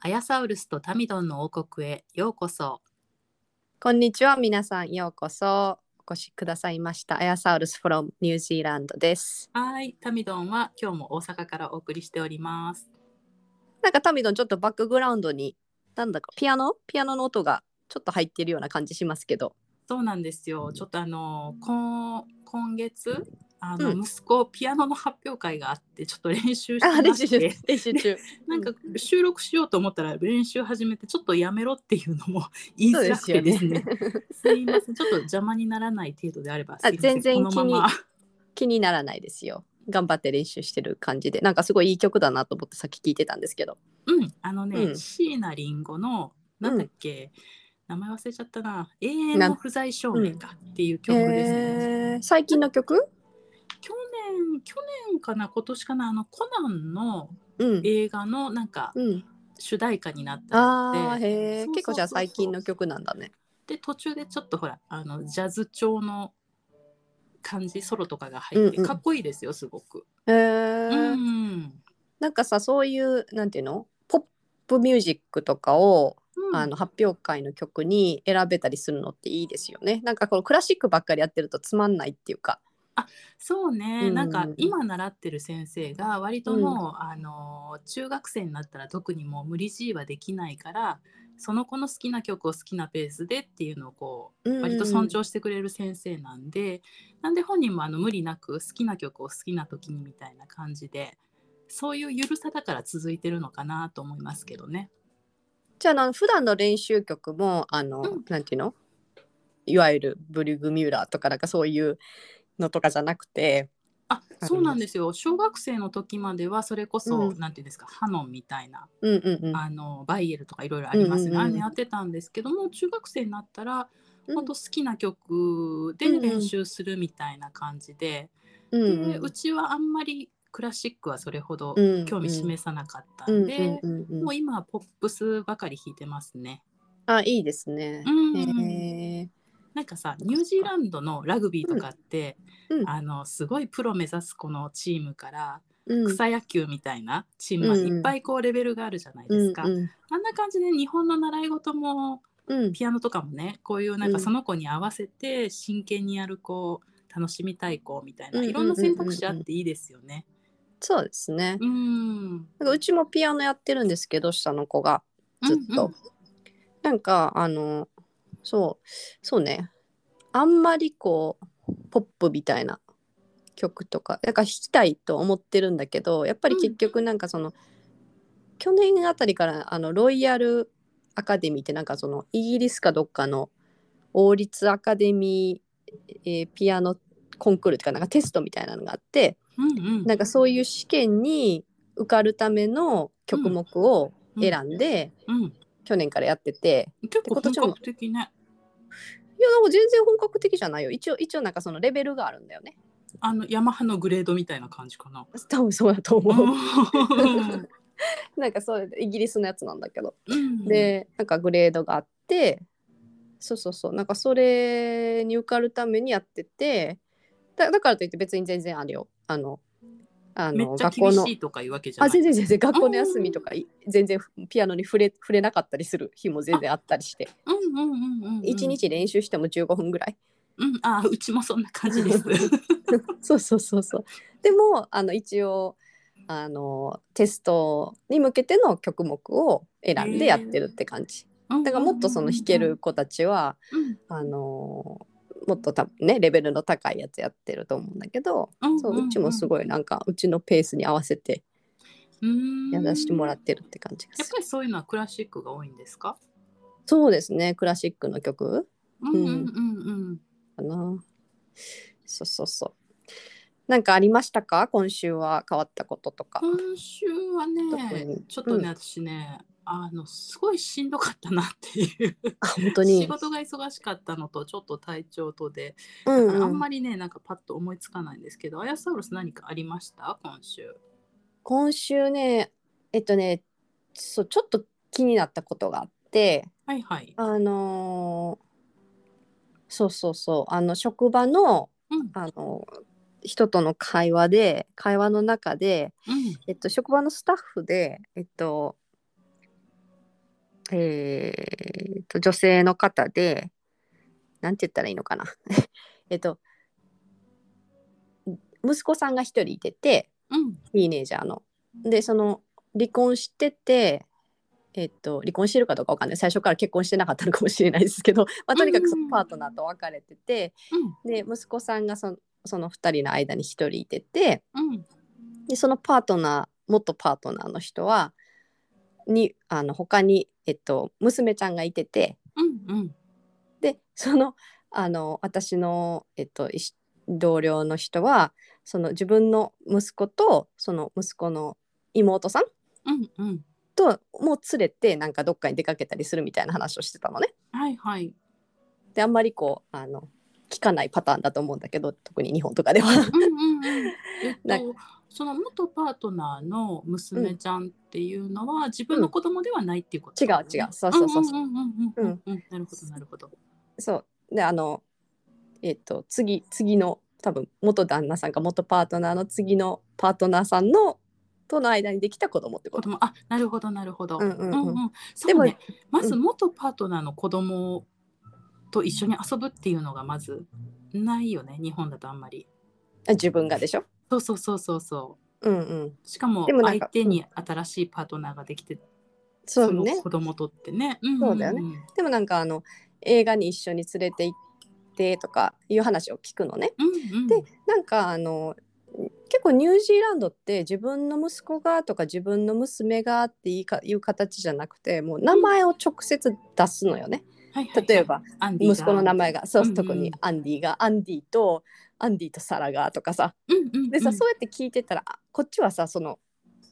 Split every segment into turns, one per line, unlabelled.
アヤサウルスとタミドンの王国へようこそ
こんにちは、皆さん、ようこそお越しくださいました。アヤサウルス from ニュージーランドです。
はいタミドンは今日も大阪からお送りしております
なんかタミドン、ちょっとバックグラウンドに、なんだかピアノピアノの音がちょっと入ってるような感じしますけど。
そうなんですよ。ちょっとあの今今月あの、
うん
息子ピアノの発表会があってちょっと練習して
あ、練
ま
習
し
中
て、
練習中。
なんか収録しようと思ったら練習始めてちょっとやめろっていうのも言いづらくてですね。すいません。ちょっと邪魔にならない程度であればすいません
全然
このまま
気にならないですよ。頑張って練習してる感じで、なんかすごいいい曲だなと思ってさっき聞いてたんですけど。
うんあのね、
うん
椎名林檎のなんだっけ、名前忘れちゃったな永遠
な
の
ん
不在証明かっていう曲ですね。
えー最近の曲
去年去年かな今年かなあのコナンの
うん。
映画のなんか
うん、
主題歌になった
あ
の
あ
で
へ
そうそうそう
え
そう
結構じゃあ最近の曲なんだね。
で途中でちょっとほらあのジャズ調の感じソロとかが入
う
っ
ん
て、
うん
かっこいいですよすごく。
へえ
うん
なんかさそういうなんていうのポップミュージックとかを、
うん
あの発表会の曲に選べたりするのっていいですよね。なんかこのクラシックばっかりやってるとつまんないっていうか。
そうね、
うん
なんか今習ってる先生が割ともう、あの中学生になったら特にもう無理強いはできないからその子の好きな曲を好きなペースでっていうのをこう
うん
割と尊重してくれる先生なんで、なんで本人もあの無理なく好きな曲を好きな時にみたいな感じでそういうゆるさだから続いてるのかなと思いますけどね。
じゃああの普段の練習曲もあの、
うん
なんていうのいわゆるブリュグミューラーとかなんかそういうのとかじゃなくて。
あ
ます
そうなんですよ小学生の時まではそれこそ、
うん
なんていうんですかハノンみたいな
うんうんうん。
あのバイエルとかいろいろありますね、
うんうんうん
あれねやってたんですけども中学生になったら、
うん
本当好きな曲で
うんうん
練習するみたいな感じで,、
う
うん
うん
でうちはあんまりクラシックはそれほど
うんうん
興味示さなかった
うんん
で、
うんうんうん
もう今はポップスばかり弾いてますね。
あいいですね。
うん
へえ
なんかさニュージーランドのラグビーとかって、
うんうん
あのすごいプロ目指すこのチームから
うん
草野球みたいなチームまで
うんうん
いっぱいこうレベルがあるじゃないですか。
うん
あんな感じで日本の習い事も
うん
ピアノとかもねこういうなん
う
か
ん
その子に合わせて真剣にやる子楽しみたい子みたいな
うん
いろんな選択肢あっていいですよね。
そうですね。
うんうん
なんかうちもピアノやってるんですけど下の子がずっと、なんかあのそうそうねあんまりこうポップみたいな曲とかなんか弾きたいと思ってるんだけどやっぱり結局なんかその、去年あたりからあのロイヤルアカデミーってなんかそのイギリスかどっかの王立アカデミー、えーピアノコンクールとかなんかテストみたいなのがあって、
うんうん
なんかそういう試験に受かるための曲目を選んで、
うん
去年からやってて
結構本格的ね。
いやなんか全然本格的じゃないよ一応一応なんかそのレベルがあるんだよね
あのヤマハのグレードみたいな感じかな。
多分そうだと思う、
うん
なんかそれイギリスのやつなんだけど、
うん、
でなんかグレードがあってそうそうそうなんかそれに受かるためにやっててだだからといって別に全然あれよあのあ
めっ
の
ちゃ
学校
厳
の
しいとかいうわけじゃな
あ
い。
全然全然学校の休みとかい全然ピアノに触れ触れなかったりする日も全然あったりして
うんうんうんうんうん。
一日練習しても15分ぐらい
うんあうちもそんな感じです。
そうそうそうそうでもあの一応あのテストに向けての曲目を選んでやってるって感じ、だからもっとその弾ける子たちは
うん
あのもっと多分ねレベルの高いやつやってると思うんだけど
うんうん。
そ
んん
ううちもすごいなんかうちのペースに合わせて
うん
やらせてもらってるって感じがす
やっ
る
ぱりそういうのはクラシックが多いんですか。
そうですねクラシックの曲
うんうんうん
かなそうそうそうなんかありましたか今週は変わったこととか
うん。今週は
特
ね
に、
ちょっとね、
う
私ね、あのすごいしんどかったなっていう
あ本当
仕
に。
事が忙しかったのとちょっと体調とで、
うん
あん
うん、
まりねなんかパッと思いつかないんですけどアヤサウルス何かありました今週
今週ねえっとねそうちょっと気になったことがあって
はいはい
あのーそうそうそうあの職場の
うん
あの人との会話で会話の中で、
うん
えっと、職場のスタッフで、えっとえーっと女性の方でなんて言ったらいいのかな えっと息子さんが一人いてて
うん
ティーネイジャーの。でその離婚してて。えっと、離婚してるかどうかわかんない最初から結婚してなかったのかもしれないですけど、 まあ、とにかくそのパートナーと別れてて、
うん
で息子さんがそのその2人の間に1人いてて
うん
でそのパートナー元パートナーの人はにあの他に、えっと、娘ちゃんがいてて
うんうん
でそのあの私の、えっと、いし同僚の人はその自分の息子とその息子の妹さん
うんうん
ともう連れてなんかどっかに出かけたりするみたいな話をしてたのね。
はいはい
であんまりこうあの聞かないパターンだと思うんだけど特に日本とかでは。
う んうんうんえっ
なん
とその元パートナーの娘ちゃんっていうのは、自分の子供ではないっていうこと
違う違うそうそうそうそうん
うんうんうんうんなるほどなるほど
そうであのえっ、と次次の多分元旦那さんか元パートナーの次のパートナーさんのとの間にできた子供ってこ
子
と。
供あなるほどなるほど
うん
う
うんうん
んうんそ
で
う
も
ねまず元パートナーの子供と一緒に遊ぶっていうのがまずないよね日本だとあんまり
自分がでしょ。
そうそうそうそうそう
うんうん。
しかも
でもなん
相
か
手に新しいパートナーができて
そ
そうの
ね。
子供とってねんんん
そうだよでもなんかあの映画に一緒に連れて行ってとかいう話を聞くのね。
うんうん
でなんかあの結構ニュージーランドって自分の息子がとか自分の娘がっていうかいう形じゃなくてもう名前を直接出すのよね。
はいはいはい
例えば
アンディが
息子の名前がそう、
うんうん
特にアンディがアンディとアンディとサラがとかさ
うんうんうん
でさ、そうやって聞いてたらあこっちはさその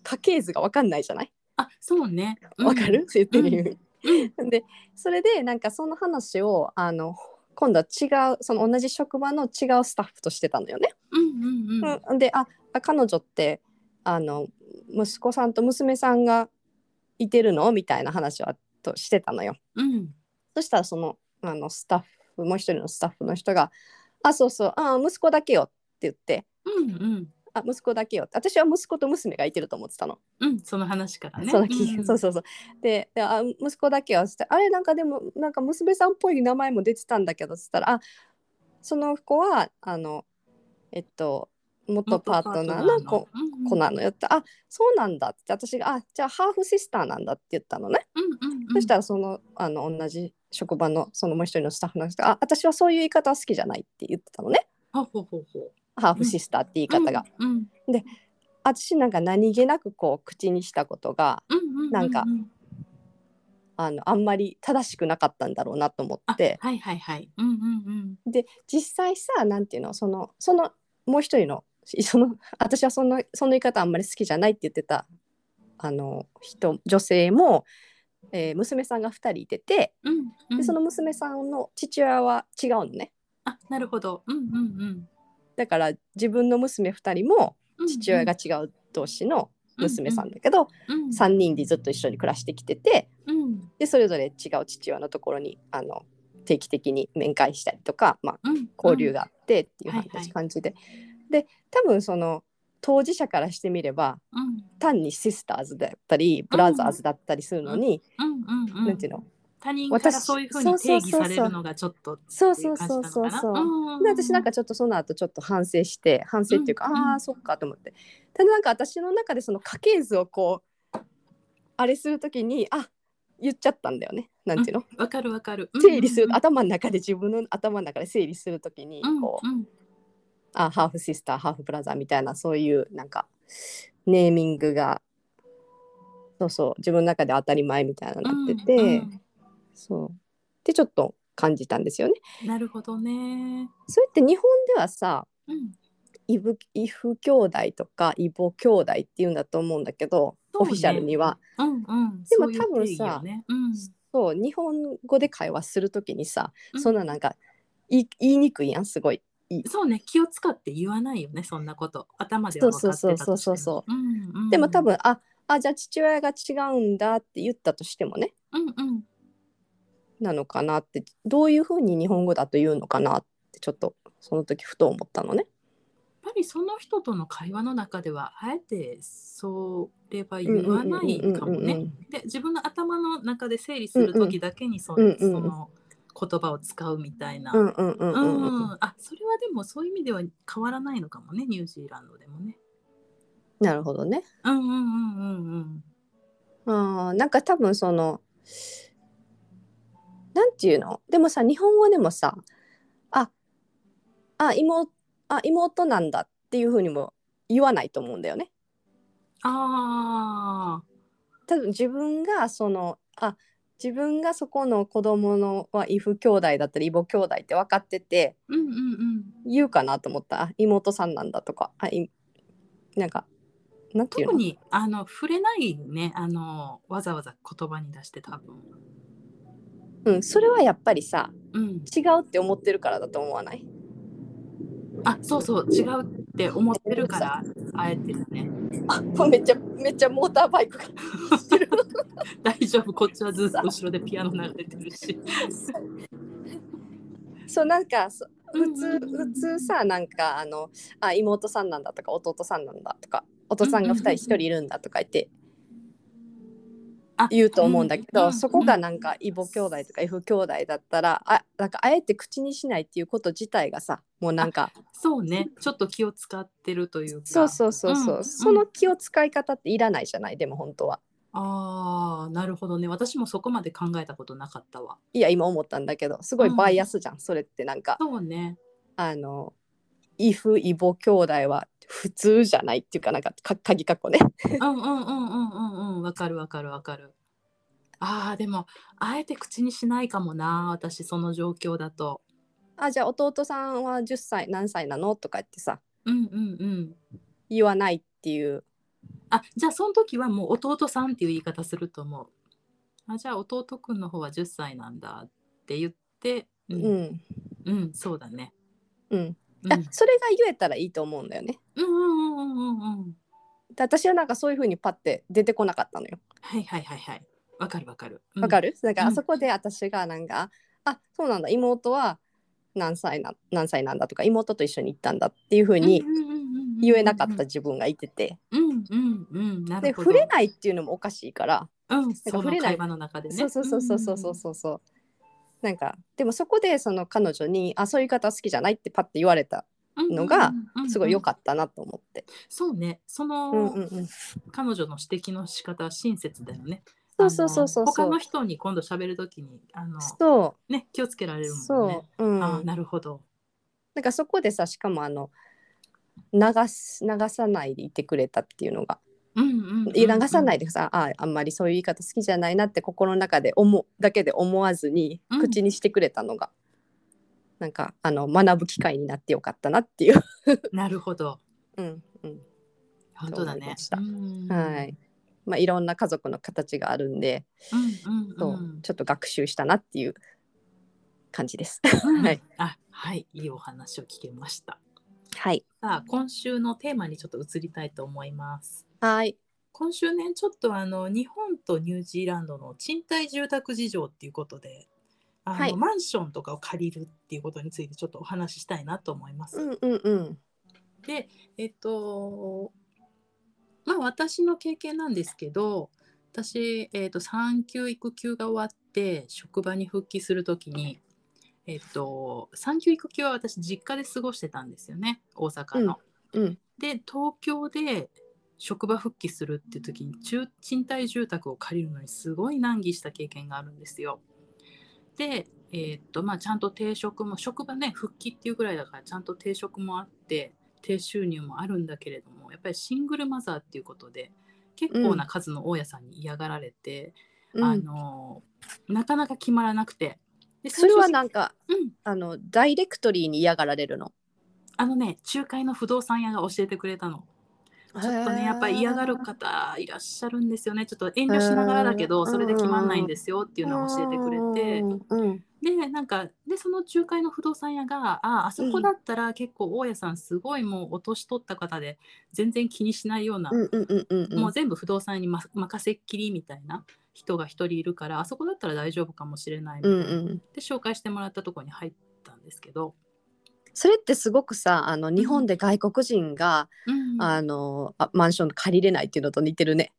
家系図が分かんないじゃない
あそうねうん
分かる、って言ってる意味
うん
でそれでなんかその話をあの今度は違うその同じ職場の違うスタッフとしてたのよね。
うんうんうん
うん、でああ彼女ってあの息子さんと娘さんがいてるのみたいな話はとしてたのよ。
うん
そしたらそのあのスタッフもう一人のスタッフの人が「あそうそうあ息子だけよ」って言って
うんうん
「あ息子だけよ」って私は息子と娘がいてると思ってたの。
うんその話からね
その気
うんうん
そうそうそうでであ息子だけよ」っつって「あれなんかでもなんか娘さんっぽい名前も出てたんだけど」っつったら「あその子はあのえっと元
元
パートナーの子
うんうん
子なのよって「あそうなんだ」って私が「あじゃあハーフシスターなんだ」って言ったのね。
うんうんうん
そしたらそのあの同じ職場のそのもう一人のスタッフの人が「あ私はそういう言い方は好きじゃない」って言ってたのね
ほうほうほうほう
ハーフシスターって言い方が。
うんうん
私なんか何気なくこう口にしたことが
うんうんうんうん
なんかあのあんまり正しくなかったんだろうなと思
あ
って
はいはいはいうんうん
で実際さなんていうのそのそのもう一人の その私はそのその言い方あんまり好きじゃないって言ってたあの人女性も、えー娘さんが2人いてて。
うんうんうん
でその娘さんの父親は違うのね
あなるほどうんうんうん
だから自分の娘2人も
うん
父親が違う同士の娘さんだけど、
うんうん
3人でずっと一緒に暮らしてきてて
うん
でそれぞれ違う父親のところにあの定期的に面会したりとか、まあ、
うん
交流があってっていう
うん
話
はいはい
感じで、で多分その当事者からしてみれば
うん
単にシスターズだったりブラザーズだったりするのに、
うんうんうん
なんていうの
他人から
私
そういうふうに定義されるのがちょっとって
そう
い
そうう
感じ
そう
なの
そう
かな
そう。
うんうん
で私なんかちょっとその後ちょっと反省して反省っていうか、
うん
あ
う
あ
ん
そっかと思ってただなんか私の中でその家系図をこうあれするときにあ言っちゃったんだよねなんていうの、
わかるわかる
整理する
うん
頭の中で自分の頭の中で整理するときにこう、
うんうん
あハーフシスターハーフブラザーみたいなそういうなんかネーミングがそうそう自分の中で当たり前みたいなのになってて、
うん
そうでちょっと感じたんですよね。
うんなるほどね
それって日本ではさ
うん
イブイフ兄弟とかイボ兄弟っていうんだと思うんだけど、
そうね
オフィシャルには
うんうん。
でも
そういう
多分
定
さ
義よねうん
そう日本語で会話するときにさ、
うん
そんななんか言い言いにくいやんすごい。
そうね気を使って言わないよねそんなこと頭では分かってたとしても、
そうそうそうそうそう
んうん、
でも多分、ああじゃあ父親が違うんだって言ったとしてもね
うんうん
なのかなってどういうふうに日本語だと言うのかなってちょっとその時ふと思ったのね。
やっぱりその人との会話の中ではあえてそれは言わないかも
うんうんうんうんう
ね
ん。
で自分の頭の中で整理する時だけにそ,、
うんうん
その言葉を使うみたいな。
うんうんうんうんうん
うんあそれはでもそういう意味では変わらないのかもねニュージーランドでもね。
なるほどね。
うんうんうんうんうん。
あーなんか多分そのなんていうのでもさ日本語でもさああ妹あ妹なんだっていうふうにも言わないと思うんだよね。
ああ
多分自分がそのあ自分がそこの子供のは異父兄弟だったり異母兄弟って分かってて
うんうんうん。
言うかなと思ったあ妹さんなんだとかあいなんかなんていう
特
の
にあの触れないねあのわざわざ言葉に出して多分。
うん、それはやっぱりさ
うん、
違うって思ってるからだと思わない
あそうそう違うって思ってるからあえてだね。
あめっちゃめっちゃモーターバイクが走ってる
大丈夫こっちはずっと後ろでピアノ流れてるし
そうなんかそ普通
うんうんうん
普通さなんかあのあ妹さんなんだとか弟さんなんだとかお父さん
うん
が2
うんう
人
ん
1人いるんだとか言って
あ
言うと思うんだけど、
ん
そこがなんか異母兄弟とか F 兄弟だったらあなんかあえて口にしないっていうこと自体がさもうなんか
そうねちょっと気を使ってるというか
そうそうそうそう、
うん
その気を使い方っていらないじゃないでも本当は。
あーなるほどね私もそこまで考えたことなかったわ
いや今思ったんだけどすごいバイアスじゃん、それってなんか
そうね
あの「イフイボ兄弟は普通じゃない」っていうかなんかか鍵括弧ね。
うんうんうんうんうんうんわかるわかるわかるあーでもあえて口にしないかもな私その状況だと
あじゃあ弟さんは10歳何歳なのとか言ってさ
うんうんうん
言わないっていう
あじゃあその時はもう弟さんっていう言い方すると思うあじゃあ弟くんの方は10歳なんだって言ってう、
うんん
うん、そうだね
うん、
うん
あそれが言えたらいいと思うんだよね。
うんうんうんうんうん。
で私はなんかそういう風にパッて出てこなかったのよ。
はいはいはいはい。わかるわかる。
わか
る。
る、なんか
うん
あそこで私がなんか「あそうなんだ妹は何歳な何歳なんだ」とか妹と一緒に行ったんだっていう風に言えなかった。自分がいてて、
うんうんうん。な
で
るほど。
触れないっていうのもおかしいから、
うん。そ
触
の
れない
会話の中でね。
そうそうそうそうそうそう
う
そうそうなんかでもそこでその彼女に「あそういう言い方好きじゃない」ってパッて言われた
んうんうん。
のが
うんうん
すごい良かったなと思って。
そうね。そ
うんうん
の
うん、
彼女の指摘の仕方は親切だよね。
そうそうそうそう
あの他
そう
の人に今度喋るときにあの
そ
ね気をつけられる
う
もんね
そ。う、うん、
あーなるほど。
なんかそこでさしかもあの流す流さないでいてくれたっていうのが、
うんうんうん。。
いや流さないいでさああんまりそういう言い方好きじゃないなって心の中で思うだけで思わずに
うん
口にしてくれたのが、なんかあの学ぶ機会になってよかったなっていう。
なるほど。
うんうん
本当だ
と思い
ね
まし。た
うん
はい。まあ、いろんな家族の形があるんで、
うんう
そうん
うん。
ちょっと学習したなっていう感じです。
うん
はい。
あ、はい、いいお話を聞けました。
はい。
さあ、今週のテーマにちょっと移りたいと思います。
はい。
今週ね、ちょっとあの日本とニュージーランドの賃貸住宅事情っていうことで。あの
はい
マンションとかを借りるっていうことについてちょっとお話ししたいなと思います。
うんうんうん。
で、えっと、まあ私の経験なんですけど、私、えっと、産休育休が終わって職場に復帰するときに、えっと、産休育休は私実家で過ごしてたんですよね、大阪の。
うんうん
で、東京で職場復帰するっていう時に中賃貸住宅を借りるのにすごい難儀した経験があるんですよ。で、えーっとまあ、ちゃんと定職も職場ね復帰っていうぐらいだからちゃんと定職もあって低収入もあるんだけれどもやっぱりシングルマザーっていうことで結構な数の大家さんに嫌がられて、
うん
あのなかなか決まらなくてで
それは
最終
なんか、
的にうん
あの、ダイレクトリーに嫌がられるの。
あのね仲介の不動産屋が教えてくれたのちょっとねやっぱり嫌がる方いらっしゃるんですよねちょっと遠慮しながらだけ
へー
どそれで決まんないんですよっていうのを教えてくれて
うんうん
でなんかでその仲介の不動産屋がああそこだったら結構大家さんすごいもうお年取った方で全然気にしないような
うんうんうんうんうん
もう全部不動産に、ま、任せっきりみたいな人が一人いるからあそこだったら大丈夫かもしれないみた
う
い
ん
な、
うん
で紹介してもらったところに入ったんですけど、
それってすごくさあの日本で外国人が、
うんあ
あのあマンション借りれないっていうのと似てるね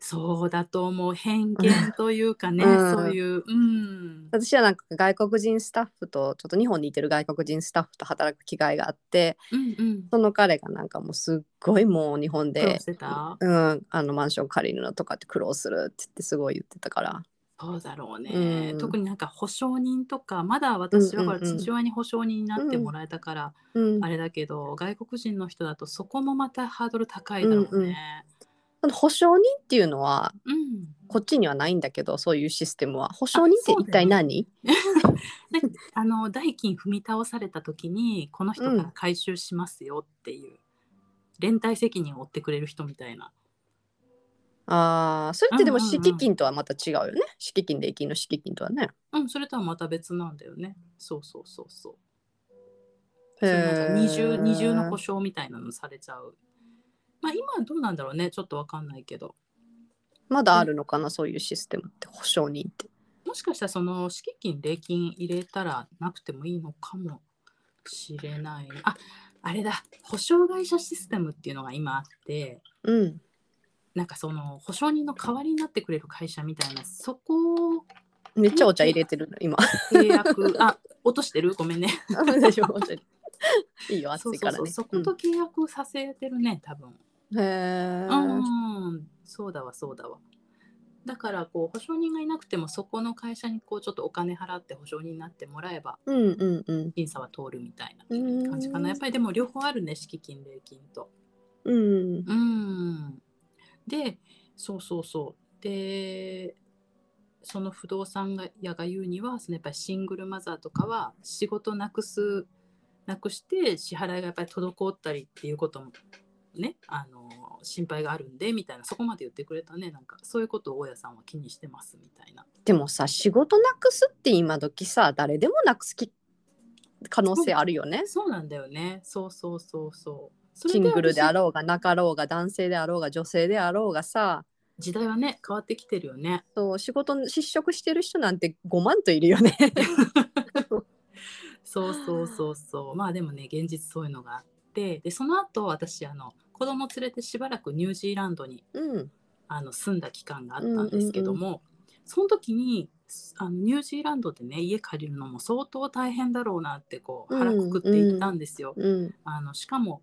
そうだと思う偏見というかね、
うん
そういううん
私はなんか外国人スタッフとちょっと日本にいてる外国人スタッフと働く機会があって
うんうん
その彼がなんかもうすっごいもう日本
苦労
で
し、てた
うん、あのマンション借りるのとかって苦労するって言ってすごい言ってたから
そうだろうね、
うん
特になんか保証人とかまだ私はほら
うんうんうん
父親に保証人になってもらえたから、
うん
あれだけど外国人の人だとそこもまたハードル高いだろうね。
その保証人っていうのは
うん
こっちにはないんだけどそういうシステムは保証人って一体何
であの代金踏み倒された時にこの人から回収しますよっていう、連帯責任を負ってくれる人みたいな
あーそれってでも
うんうんうん
敷金とはまた違うよね、敷金礼金の敷金とはね
うんそれとはまた別なんだよねそうそうそうそうそうなん
へ
か
ー
二重二重の故障みたいなのされちゃうまあ今はどうなんだろうねちょっとわかんないけど
まだあるのかなそういうシステムって保証人って
もしかしたらその敷金礼金入れたらなくてもいいのかもしれないねああれだ保証会社システムっていうのが今あって
うん
なんかその保証人の代わりになってくれる会社みたいなそこを
めっちゃお茶入れてるの今
契約 あ落としてるごめんね
大丈夫お茶入れいいよ
そ
暑
う
い
そう
から
そう
ね
そこと契約させてるね多分
うんへー
うんそうだわそうだわだからこう保証人がいなくてもそこの会社にこうちょっとお金払って保証人になってもらえば
うんうんうん
審査は通るみたいな
うん
感じかなやっぱりでも両方あるね敷金礼金と
うん
うんでそうそうそうでその不動産屋が言うにはそのやっぱりシングルマザーとかは仕事なくすなくして支払いがやっぱり滞ったりっていうこともねあの心配があるんでみたいなそこまで言ってくれたねなんかそういうことを大家さんは気にしてますみたいな
でもさ仕事なくすって今時さ誰でもなくすき可能性あるよね、
そうなんだよねそうそうそうそうそれ
シングルであ
私
ろうがなかろうが男性であろうが女性であろうがさ
時代はね変わってきてるよね
そう仕事失職してる人なんて5万といるよね
そうそうそうそうまあでもね現実そういうのがあってでその後私あの子供連れてしばらくニュージーランドに
うん
あの住んだ期間があったんですけども、その時にあのニュージーランドでね家借りるのも相当大変だろうなってこう
うん
腹くくっていたんですよ。
うん
あのしかも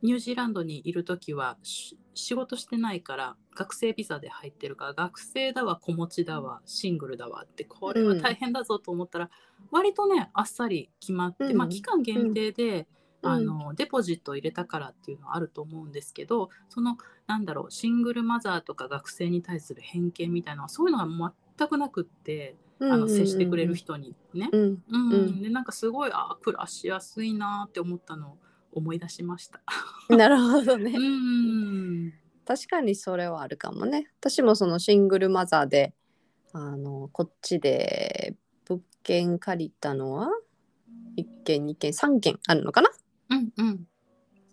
ニュージーランドにいる時はし仕事してないから学生ビザで入ってるから学生だわ子持ちだわシングルだわってこれは大変だぞと思ったら、割とねあっさり決まって、
うん
まあ、期間限定で、
うん
あのデポジットを入れたからっていうのはあると思うんですけどそのなんだろうシングルマザーとか学生に対する偏見みたいなそういうのが全くなくって、
あ
あの接してくれる人にね。
うん
うん
うん
でなんかすごいあー暮らしやすいなーって思ったのを思い出しました。
なるほどね、
うん
確かにそれはあるかもね私もそのシングルマザーであのこっちで物件借りたのは1軒2軒3軒あるのかな
うんうん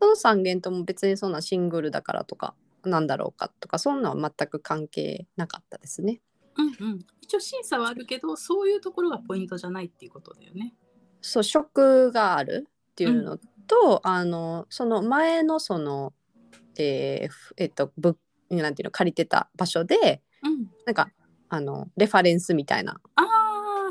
その3軒とも別にそんなシングルだからとかなんだろうかとかそんなんは全く関係なかったですね。
うんうん一応審査はあるけどそういうところがポイントじゃないっていうことだよね。
そう職があるっていうのと、あのその前のそのえーふえっとぶなんていうの借りてた場所で
うん、
なんかあのレファレンスみたいな
あ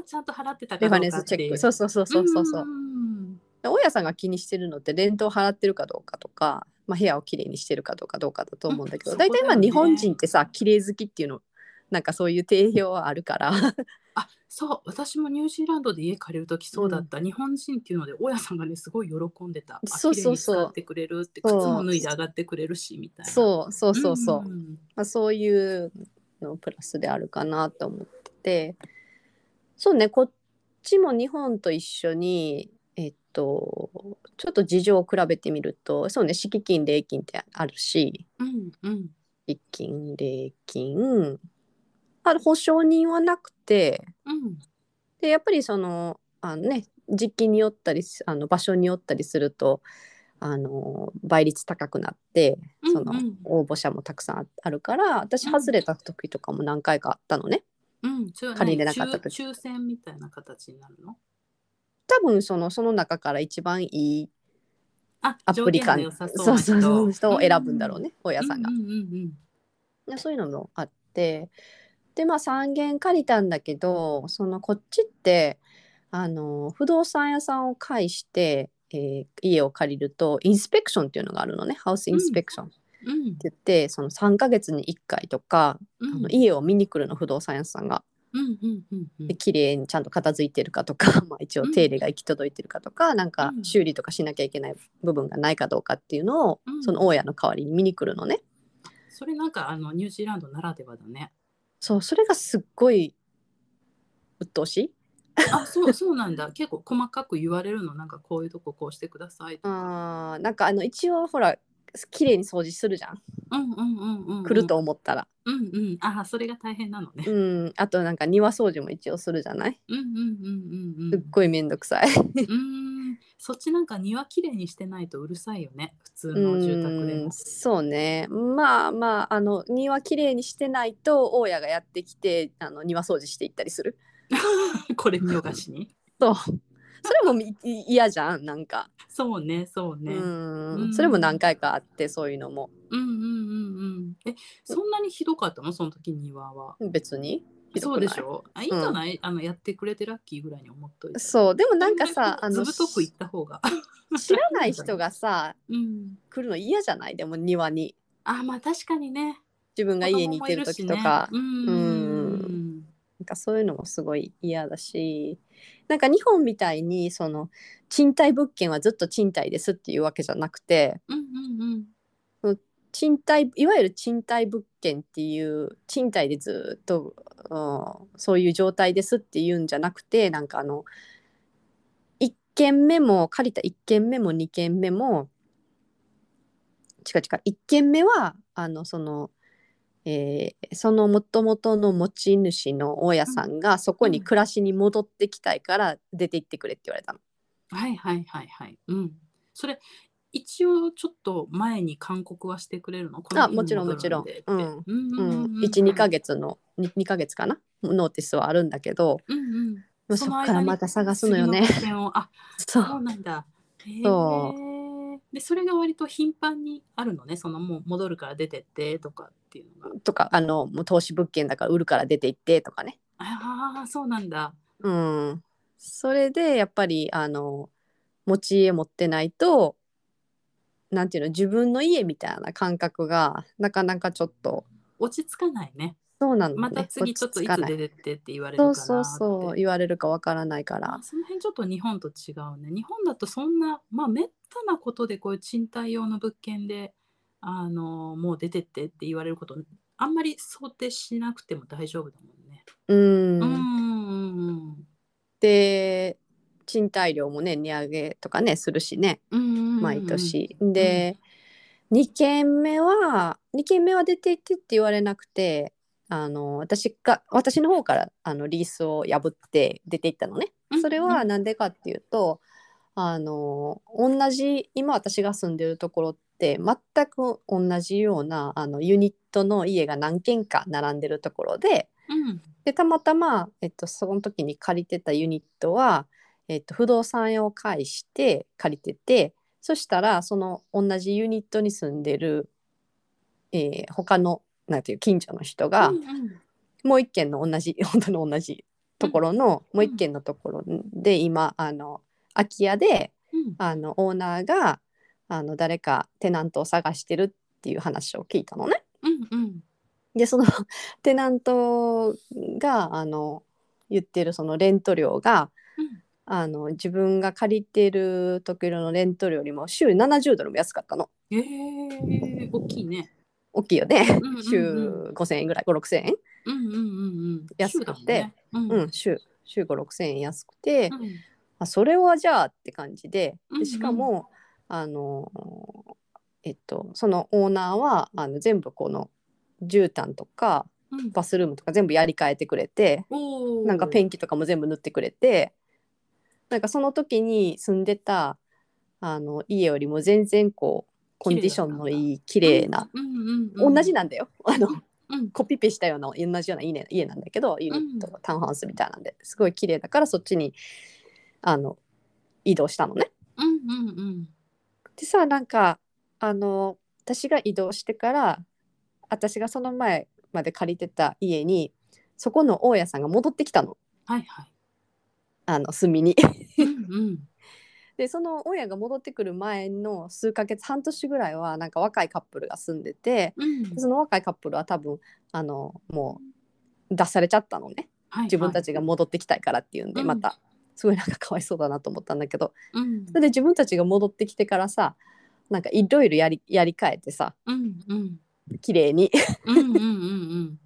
あちゃんと払ってた
レ
かど
ファ
う
レン
か
ス
って
チェ
い
ッ
う。
クそうそうそうそうそうそううんで大家さんが気にしてるのってレントを払ってるかどうかとか、まあ、部屋をきれいにしてるかどうかどうかだと思うんだけど、
うん
大体
そこだ
今
よね
日本人ってさきれい好きっていうのなんかそういう定評はあるから。
あそう私もニュージーランドで家借りる時そうだった、日本人っていうので大家さんがねすごい喜んでた。あ
そうそうそう
綺麗に使ってくれるって
そ
靴
う
も脱いで上がってくれるしみたいな。
そうそうそうそう、
ん
まあ、そういうのプラスであるかなと思っててそうねこっちも日本と一緒にえっとちょっと事情を比べてみるとそうね敷金礼金ってあるし
うんうん
敷金礼金あ保証人はなくて
うん
でやっぱりそのあの、ね、時期によったりすあの場所によったりするとあの倍率高くなってその
うんうん
応募者もたくさんああるから私
うん
外れた時とかも何回かあったのね。
うんそれは
借りれ
何
なかった時
抽抽選みたいな形になるの
多分そのその中から一番いい
あ
アプリ
条件
感
の良さそう
そう
な
そうそう人を選ぶんだろう
ね
ね大家さんが
う。んうんうん
でそういうのもあってでまあ3軒借りたんだけどそのこっちってあの不動産屋さんを介して、えー家を借りるとインスペクションっていうのがあるのねハウスインスペクションって
うん
言って、その3ヶ月に1回とか、
うん
あの家を見に来るの不動産屋さんが
うんうんうんうん
で綺麗にちゃんと片付いてるかとか、 まあ、一応
うん
手入れが行き届いてるかとか、なんか
うん
修理とかしなきゃいけない部分がないかどうかっていうのを、
うん
その大家の代わりに見に来るのね。
それなんかあのニュージーランドならではだ ね
そうそれがすっごい鬱陶しい
あそうそうなんだ結構細かく言われるのなんかこういうとここうしてくださいとか
あーなんかあの一応ほら綺麗に掃除するじゃん
うんうんうんうんうん
来ると思ったら、
うんうんあそれが大変なのね
うんあとなんか庭掃除も一応するじゃない
うんうんうんうんう
すっ
ん
ごい面倒くさい
うーんそっちなんか庭きれいにしてないとうるさいよね普通
う
の住宅で
ん
も。
そうねまあまああの庭綺麗にしてないと大家がやってきてあの庭掃除していったりする
これ見よがしに。
そうそれもいい嫌じゃんなんか、
そうねそうね。うん
うん
うん
それも何回かあってそういうのも
うんうんうん。えそんなにひどかったのその時庭は。
別にひど
そうで
くない
しょあいいんじゃない、あのやってくれてラッキーぐらいに思っといて。
そうでもなんかさあ
ず
の
ぶとく行った方が。
知らない人がさ
うん。
来るの嫌じゃないでも庭に。
あまあ確かにね。
自分が家にいてる時とか、
子供もいるしね
うん
うん。
なんかそういうのもすごい嫌だしなんか日本みたいにその賃貸物件はずっと賃貸ですっていうわけじゃなくて
うんうんうん。
賃貸いわゆる賃貸物件っていう賃貸でずっと、うん、そういう状態ですっていうんじゃなくてなんかあの1軒目も借りた1軒目も2軒目も違う違う1軒目はあのその、えーそのもともとの持ち主の大家さんがそこに暮らしに戻ってきたいから出て行ってくれって言われたの。
はいはいはいはい。うん。それ一応ちょっと前に勧告はしてくれるの？この日に
もちろん
戻るでって
もちろん
うん
う
うんんうん。
1、2ヶ月の 2, 2ヶ月かなノーティスはあるんだけど
うんうん。
もうそ
その
っ
間に
からまた探すのよね。
次物件をあ、
そ
そう
う
なんだ。へえ
そ
でそれが割と頻繁にあるのね。そのもう戻るから出てってとかっていうのが。
とかあのもう投資物件だから売るから出て行ってとかね。
ああそうなんだ。
うん、それでやっぱりあの持ち家持ってないとなんていうの自分の家みたいな感覚がなかなかちょっと
落ち着かないね。
そうなの、ね、
また次ちょっといつ
落ち着かない
出てってって言われるか
そ
ら
う
って。
そうそう言われるかわからないから
あその辺ちょっと日本と違うね。日本だとそんな、まあ、めったなことでこういう賃貸用の物件で、あのもう出てってって言われること、あんまり想定しなくても大丈夫だもんね。
うん、
うんうん
で賃貸料もね値上げとかねするしね
うんうんうんうん。
毎年、で、2軒目は2軒目は出て行ってって言われなくてあの私が私の方からあのリースを破って出て行ったのね
うん
それは、なんでかっていうとあの同じ今私が住んでるところって全く同じようなあのユニットの家が何軒か並んでるところで
うん
でたまたま、えっと、その時に借りてたユニットは、えっと、不動産屋を介して借りててそしたらその同じユニットに住んでる、えー他のなんていう近所の人が、
うんうん
もう一軒の同じ 本当の同じところの、もう一軒のところで今あの空き家で
うん
あのオーナーがあの誰かテナントを探してるっていう話を聞いたのね。
うんうん
でその テナントがあの言ってるそのレント料が
うん
あの自分が借りてる時のレント料よりも週70ドルも安かったの
えー、大きいね。
大きいよね、
うんうんうん
週5000円ぐらい56000円
うんうんうんうん。
安
そう
くて
だもんね。うん
うん週週56000円安くて、
うん
あそれはじゃあって感じで
うんう
で
ん
しかも、あのえっとそのオーナーはあの全部この絨毯とか
うん
バスルームとか全部やり替えてくれて
おー
なんかペンキとかも全部塗ってくれてなんかその時に住んでたあの家よりも全然こうコンディションのいい綺麗な、
うんうん
同じなんだよあの
うん
コピペしたような同じような家,、ね、家なんだけどユニットがタウンハウスみたいなんですごい綺麗だからそっちにあの移動したのね。
うんうんうん
でさなんかあの私が移動してから私がその前まで借りてた家にそこの大家さんが戻ってきたの
はいは
あの住みに。
いうんうん
でその大家が戻ってくる前の数ヶ月半年ぐらいはなんか若いカップルが住んでて
うん
その若いカップルは多分あのもう出されちゃったのね。
はいはい
自分たちが戻ってきたいからっていうんで、
うん
またすごいなんかかわいそうだなと思ったんだけど
うん
それで自分たちが戻ってきてからさなんかいろいろやりやり替えてさ
うんうん
綺麗に
うんうんうん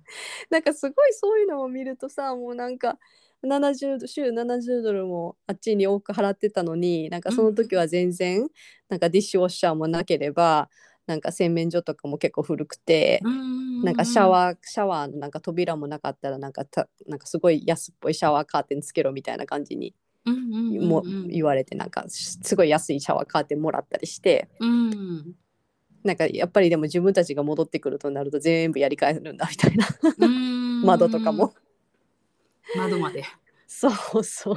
なんかすごいそういうのを見るとさもうなんか70週70ドルもあっちに多く払ってたのになんかその時は全然なんかディッシュウォッシャーもなければなんか洗面所とかも結構古くて
う。ん
なんかシャワーシャワーのなんか扉もなかったらなんかたなんかすごい安っぽいシャワーカーテンつけろみたいな感じに
ーうんうんうん
も
うん
言われてなんかすごい安いシャワーカーテンもらったりして
うん
なんかやっぱりでも自分たちが戻ってくるとなると全部やり返るんだみたいな
うん
窓とかも
窓まで
そうそう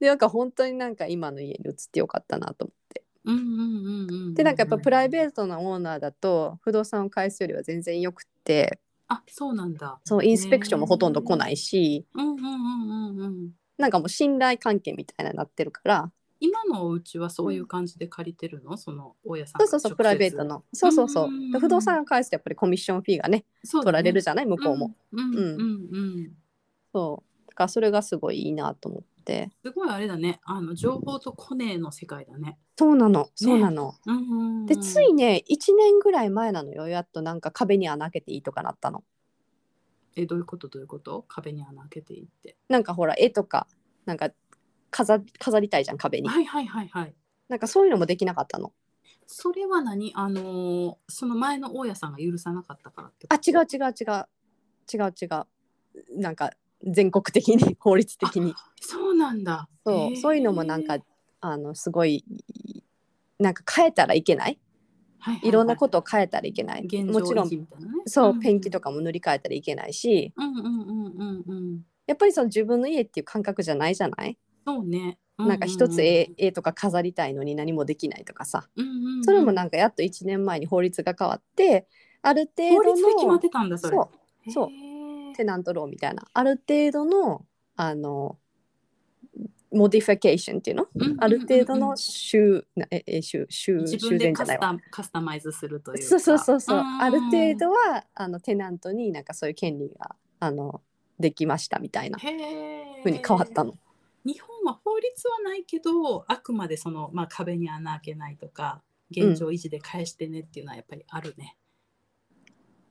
でなんか本当になんか今の家に移ってよかったなと思って
うんうんうんうん
でなんかやっぱプライベートなオーナーだと不動産を返すよりは全然よくって
あそうなんだ
そうインスペクションもほとんど来ないし
うんうんうんうんうん
なんかもう信頼関係みたいなになってるから
今のお家はそういう感じで借りてるのその大家さん
そ
が
うそうそ
直
う
接
プライベートのそうそうそう
うんうんうん
で不動産を返すとやっぱりコミッションフィーがね
そうだ
取
ね
られるじゃない向こうも。
うんうんうんうん
そう。だからそれがすごいいいなと思って。
すごいあれだねあの情報とコネの世界だね
そうなの、そうなの。
うんうんうん
で、ついね、1年ぐらい前なのよ。やっとなんか壁に穴開けていいとかなったの。
えどういうことどういうこと壁に穴開けていって
なんかほら、絵とか、なんか飾飾りたいじゃん、壁に。
はいはいはいはい
なんかそういうのもできなかったの。
それは何あのーその前の大家さんが許さなかったからってこ
あ、
と
違う違う違う。違う違う。なんか全国的に、法律的に。
そうなんだ
そう、そういうのもなんか、あの、すごい、なんか変えたらいけない。いろんなこととを変えたらいけない。
現
もちろ
状維
ん
持、みたいなね
そう、
ん
ペンキとかも塗り替えたらいけないし。
うんうんうんうんうん
やっぱりその自分の家っていう感覚じゃないじゃない、
そうね
なんか一つ絵絵とか飾りたいのに何もできないとかさ
うんうんうん
それもなんかやっと1年前に法律が変わってある程
法律で決
度
ま
の
ってたんだそれ
そうそう
へー
テナントローみたいなある程度のあのモディフィケーションっていうの、
うんうんうんうん
ある程度の修なええ修修
自
修
分で
繕じゃ
カ
な
ス
いわ
タカスタマイズするというか
そうそうそうそう
うん
ある程度はあのテナントになんかそういう権利があのできましたみたいな
へえ
風に変わったの、
日本は法律はないけどあくまでその、まあ、壁に穴開けないとか現状維持で返してねっていうのはやっぱりあるね、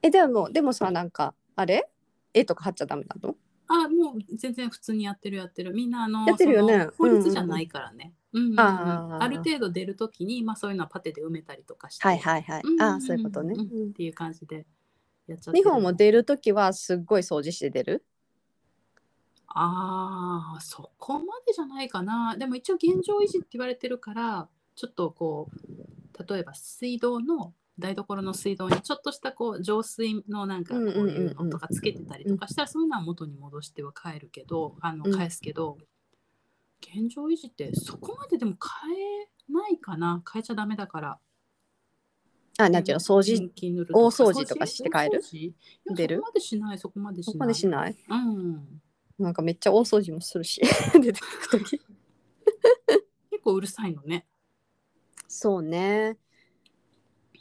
えでもでもさなんかあれ絵とか貼っちゃダメなの
あもう全然普通にやってるやってるみんなあの
やってるよ
そ
ね
の法律じゃないからね、うんうんうん
あ
あ
ー
る程度出るときに、まあ、そういうのはパテで埋めたりとかして、
はいはいはい。
うんうんうん
ああそういうことね。
うん
うん
っていう感じでやっちゃって
日
る
本も出るときはすっごい掃除して出る。
ああそこまでじゃないかなでも一応現状維持って言われてるからちょっとこう例えば水道の台所の水道にちょっとしたこう浄水のなんかこういうのとかつけてたりとかしたらそういうのは元に戻しては帰るけどあの
うん
返すけど現状維持ってそこまででも変えないかな変えちゃダメだから
あなんていうの掃除
ペンキ塗る
大掃除とかして帰
大掃
る
除いや
出
そ
る
こまでしないそこまで
そ
し
こ
な
ま
い
でしない。
うん
なんかめっちゃ大掃除もするし出てくとき。
結構うるさいのね
そうね。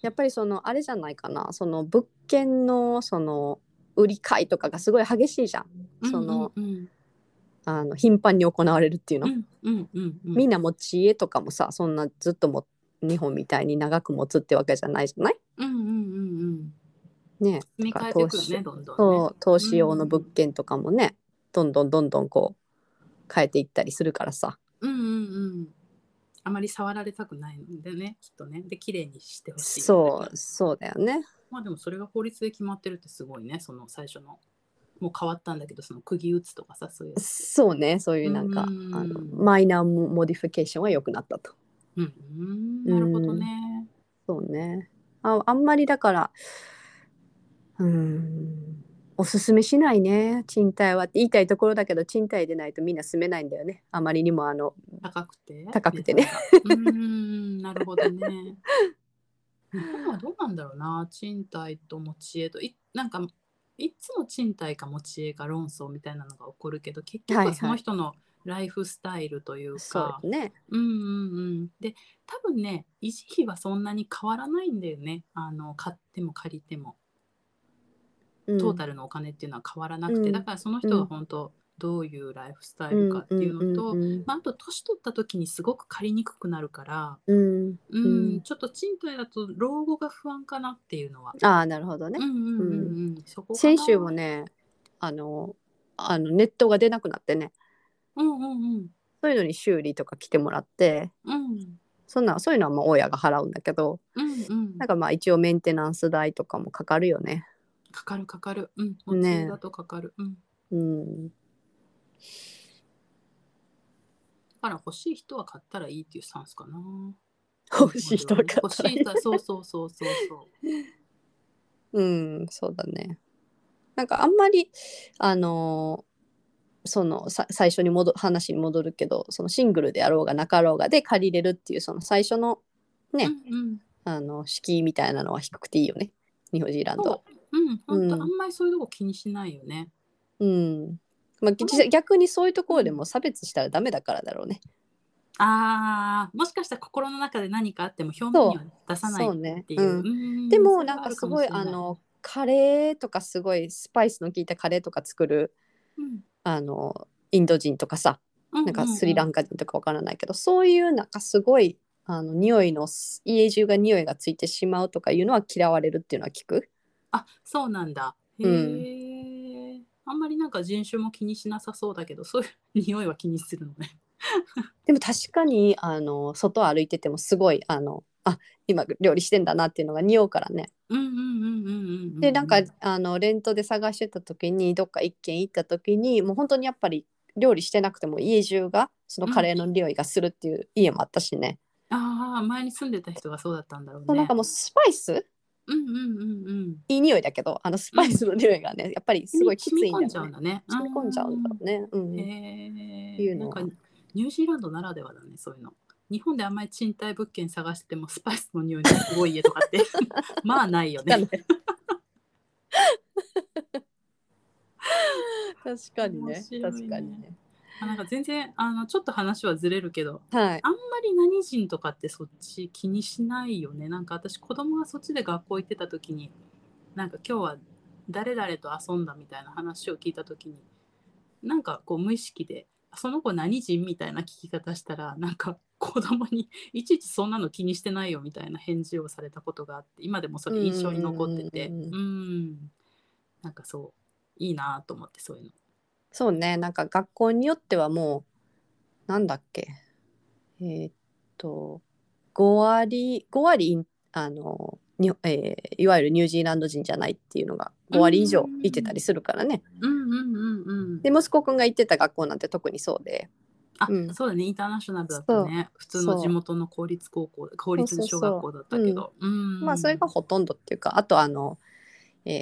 やっぱりそのあれじゃないかな。その物件のその売り買いとかがすごい激しいじゃん。その
うんうんうん
あの頻繁に行われるっていうの。
うんうんうん
みんな持ち家とかもさそんなずっとも日本みたいに長く持つってわけじゃないじゃない。
うんうんうんうん
ね。
組み替えていくよねどんどんね
そう投資用の物件とかもね、どんどんどんどんこう変えていったりするからさ
うあまり触られたくないんでねきっとねで綺麗にしてほしい
そうそうだよね
まあでもそれが法律で決まってるってすごいねその最初のもう変わったんだけどその釘打つとかさそういう
そうねそういうなんかあ
うん
のマイナーモディフィケーションは良くなったと
うんうんなるほどね
そうねああんまりだからうんおすすめしないね賃貸はって言いたいところだけど賃貸でないとみんな住めないんだよねあまりにもあの
高くて
高くてね
値段がうんなるほど ね日本はどうなんだろうな賃貸と持ち家といなんかいつも賃貸か持ち家か論争みたいなのが起こるけど結局
はいは
はいその人のライフスタイルというか、
そうよね
うんうんうん、で多分ね維持費はそんなに変わらないんだよねあの買っても借りても
うん
トータルのお金っていうのは変わらなくて、
うん
だからその人が本当どういうライフスタイルかっていうのと、
うんうん
まあ、あと年取った時にすごく借りにくくなるから、
うんうん
うん
うん
ちょっと賃貸だと老後が不安かなっていうのは。
ああなるほどね
うんうんうんうん、そこかな
先週もねあのあのネットが出なくなってね
うんうん
そういうのに修理とか来てもらって
うんうん
そんなそういうのはまあ大家が払うんだけど
うんうん
なんかまあ一応メンテナンス代とかもかかるよね。
かかるかかる、うん、持ち
ね
家だとかかる、うん、
うん、
だから欲しい人は買ったらいいっていうスタンスかな
欲しい人は買
欲
った
し
ら
い人はそうそうそうそうそう
うんそうだね。なんかあんまりあのーそのさ最初に戻話に戻るけどそのシングルであろうがなかろうがで借りれるっていうその最初の ね
うんうん
あの敷居みたいなのは低くていいよねニュージーランドは。
そううん、本当、
うん
あんまりそういうとこ気にしないよね。
うんまあ、
の
実際逆にそういうところでも差別したらダメだからだろうね。
ああ、もしかしたら心の中で何かあっても表面には出さない
そう
っ
ね
ていう。
うん
ん
で
そ
も
れ
なん
は
か
る
す
も
ご
し
い
れな
あのカレーとかすごいスパイスの効いたカレーとか作る
うん
あのインド人とかさ
う
なんかスリラ
ン
ンカ人とかわからないけど、そういうなんかすごいあの匂いの家中が匂いがついてしまうとかいうのは嫌われるっていうのは聞く
あそうなんだ。へえ、あんまりなんか人種も気にしなさそうだけど、そういう匂いは気にするのね。
でも確かにあの外歩いててもすごいあのあ今料理してんだなっていうのが匂うからね
うんうんうんうんうんうん。
でなんか
うん
あのレントで探してた時にどっか一軒行った時にもう本当にやっぱり料理してなくても家中がそのカレーの匂いがするっていう家もあったしね、
ああ、前に住んでた人がそうだったんだろうね。
そうなんかもうスパイス
うんうんうんうん。
いい匂いだけどあのスパイスの匂いがねやっぱりすごいきついんだ
染み込んじゃ
よ
うんだね。
ね染み込んじゃうんだろうね、うん
へ
い
え
うの
なん
は
かニュージーランドならではだねそういうの日本であんまり賃貸物件探してもスパイスの匂いのすごい家とか ってまあないよね
確 かにね
面白いね
確かにね
あなんか全然あのちょっと話はずれるけど
はい
あんまり何人とかってそっち気にしないよねなんか私子供がそっちで学校行ってた時になんか今日は誰々と遊んだみたいな話を聞いた時になんかこう無意識でその子何人みたいな聞き方したらなんか子供にいちいちそんなの気にしてないよみたいな返事をされたことがあって今でもそれ印象に残ってて
う
うん
うんうん
んなんかそういいなと思ってそういうの。
そうねなんか学校によってはもうなんだっけえーっと5割5割インあのに、えーいわゆるニュージーランド人じゃないっていうのが5割以上いてたりするからね
うんうんうんうん
で息子くんが行ってた学校なんて特にそうで
あ、
うん
そうだねインターナショナルだとね普通の地元の公立高校公立の小学校だったけどうん
まあそれがほとんどっていうかあとあの、え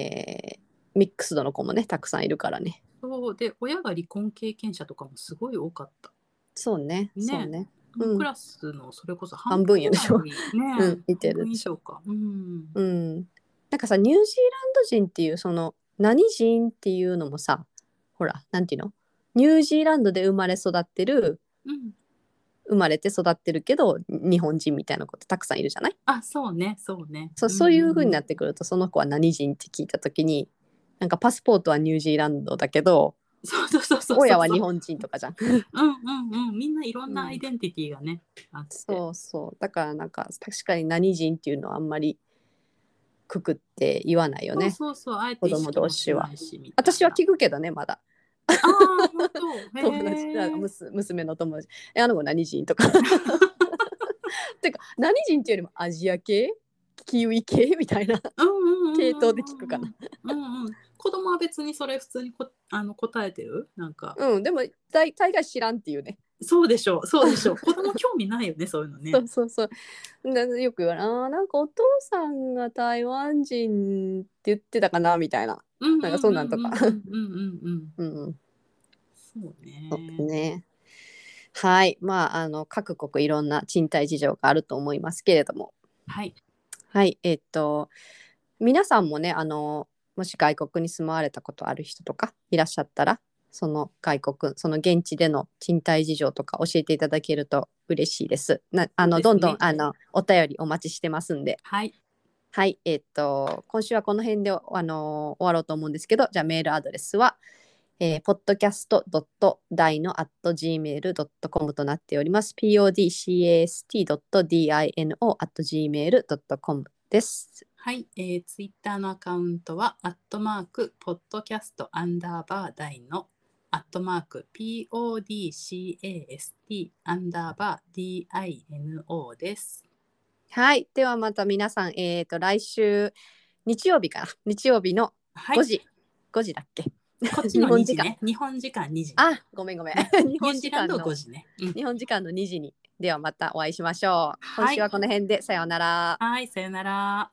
ーミックスドの子もねたくさんいるからね
そうで親が離婚経験者とかもすごい多かった、
そうね
ね
そうねうん
クラスのそれこそ
半分よね
半分 ぐらい
うん
ね
いてる
半分以上かうん
うんなんかさニュージーランド人っていうその何人っていうのもさほらなんていうのニュージーランドで生まれ育ってる
うん
生まれて育ってるけど日本人みたいな子ってたくさんいるじゃない
あそうねそうね
そそういう風になっててくるとその子は何人って聞いた時になんかパスポートはニュージーランドだけど
そうそうそうそう
親は日本人とかじゃ ん。
うんうんうんみんないろんなアイデンティティがね、あって
そうそうだからなんか確かに何人っていうのはあんまりくくって言わないよね
そうそうそうあえて意識も
子供同士は
しないしみたいな
私は聞くけどねまだ
ああ本当
友達
へー
娘娘の友達「えあの子何人?」とかてか何人っていうよりもアジア系キウイ系みたいな系統で聞くかな。
うんうん、子供は別にそれ普通にこあの答えてるなんか
うんでも大大概知らんっていうね
そうでしょうそうでしょう子供興味ないよねそういうのね。
そうそうそうなよく言われるあーなんかお父さんが台湾人って言ってたかなみたいな
うん
なんかそうなんとか
うんうんうんうん
うん
そうね。
そうですねはいまああの各国いろんな賃貸事情があると思いますけれども
はい。
はいえっと皆さんもねあのもし外国に住まわれたことある人とかいらっしゃったらその外国その現地での賃貸事情とか教えていただけると嬉しいです。なあの
そうですね
どんどんあのお便りお待ちしてますんで。
はい。
はい、えっと、今週はこの辺で、あの終わろうと思うんですけど、じゃあメールアドレスは、えー、podcast.dino.gmail.com となっております。podcast.dino.gmail.com です。
はい、えー、ツイッターのアカウントは、アットマーク、ポッドキャスト、アンダーバー、大の、アットマーク、PODCAST、アンダーバー、DINO です。
はい、ではまた皆さん、えっと、来週、日曜日かな日曜日の
はい、
5時、5時だっけ
こっちの2時ね。日本時間2時。
あ、ごめんごめん。 日
ニュ
本
ージー
時
ラン
間
ド
の
5時ね。うん
日本時間の2時に。ではまたお会いしましょう。
はい
今週はこの辺で、さようなら。
はい、さよなら。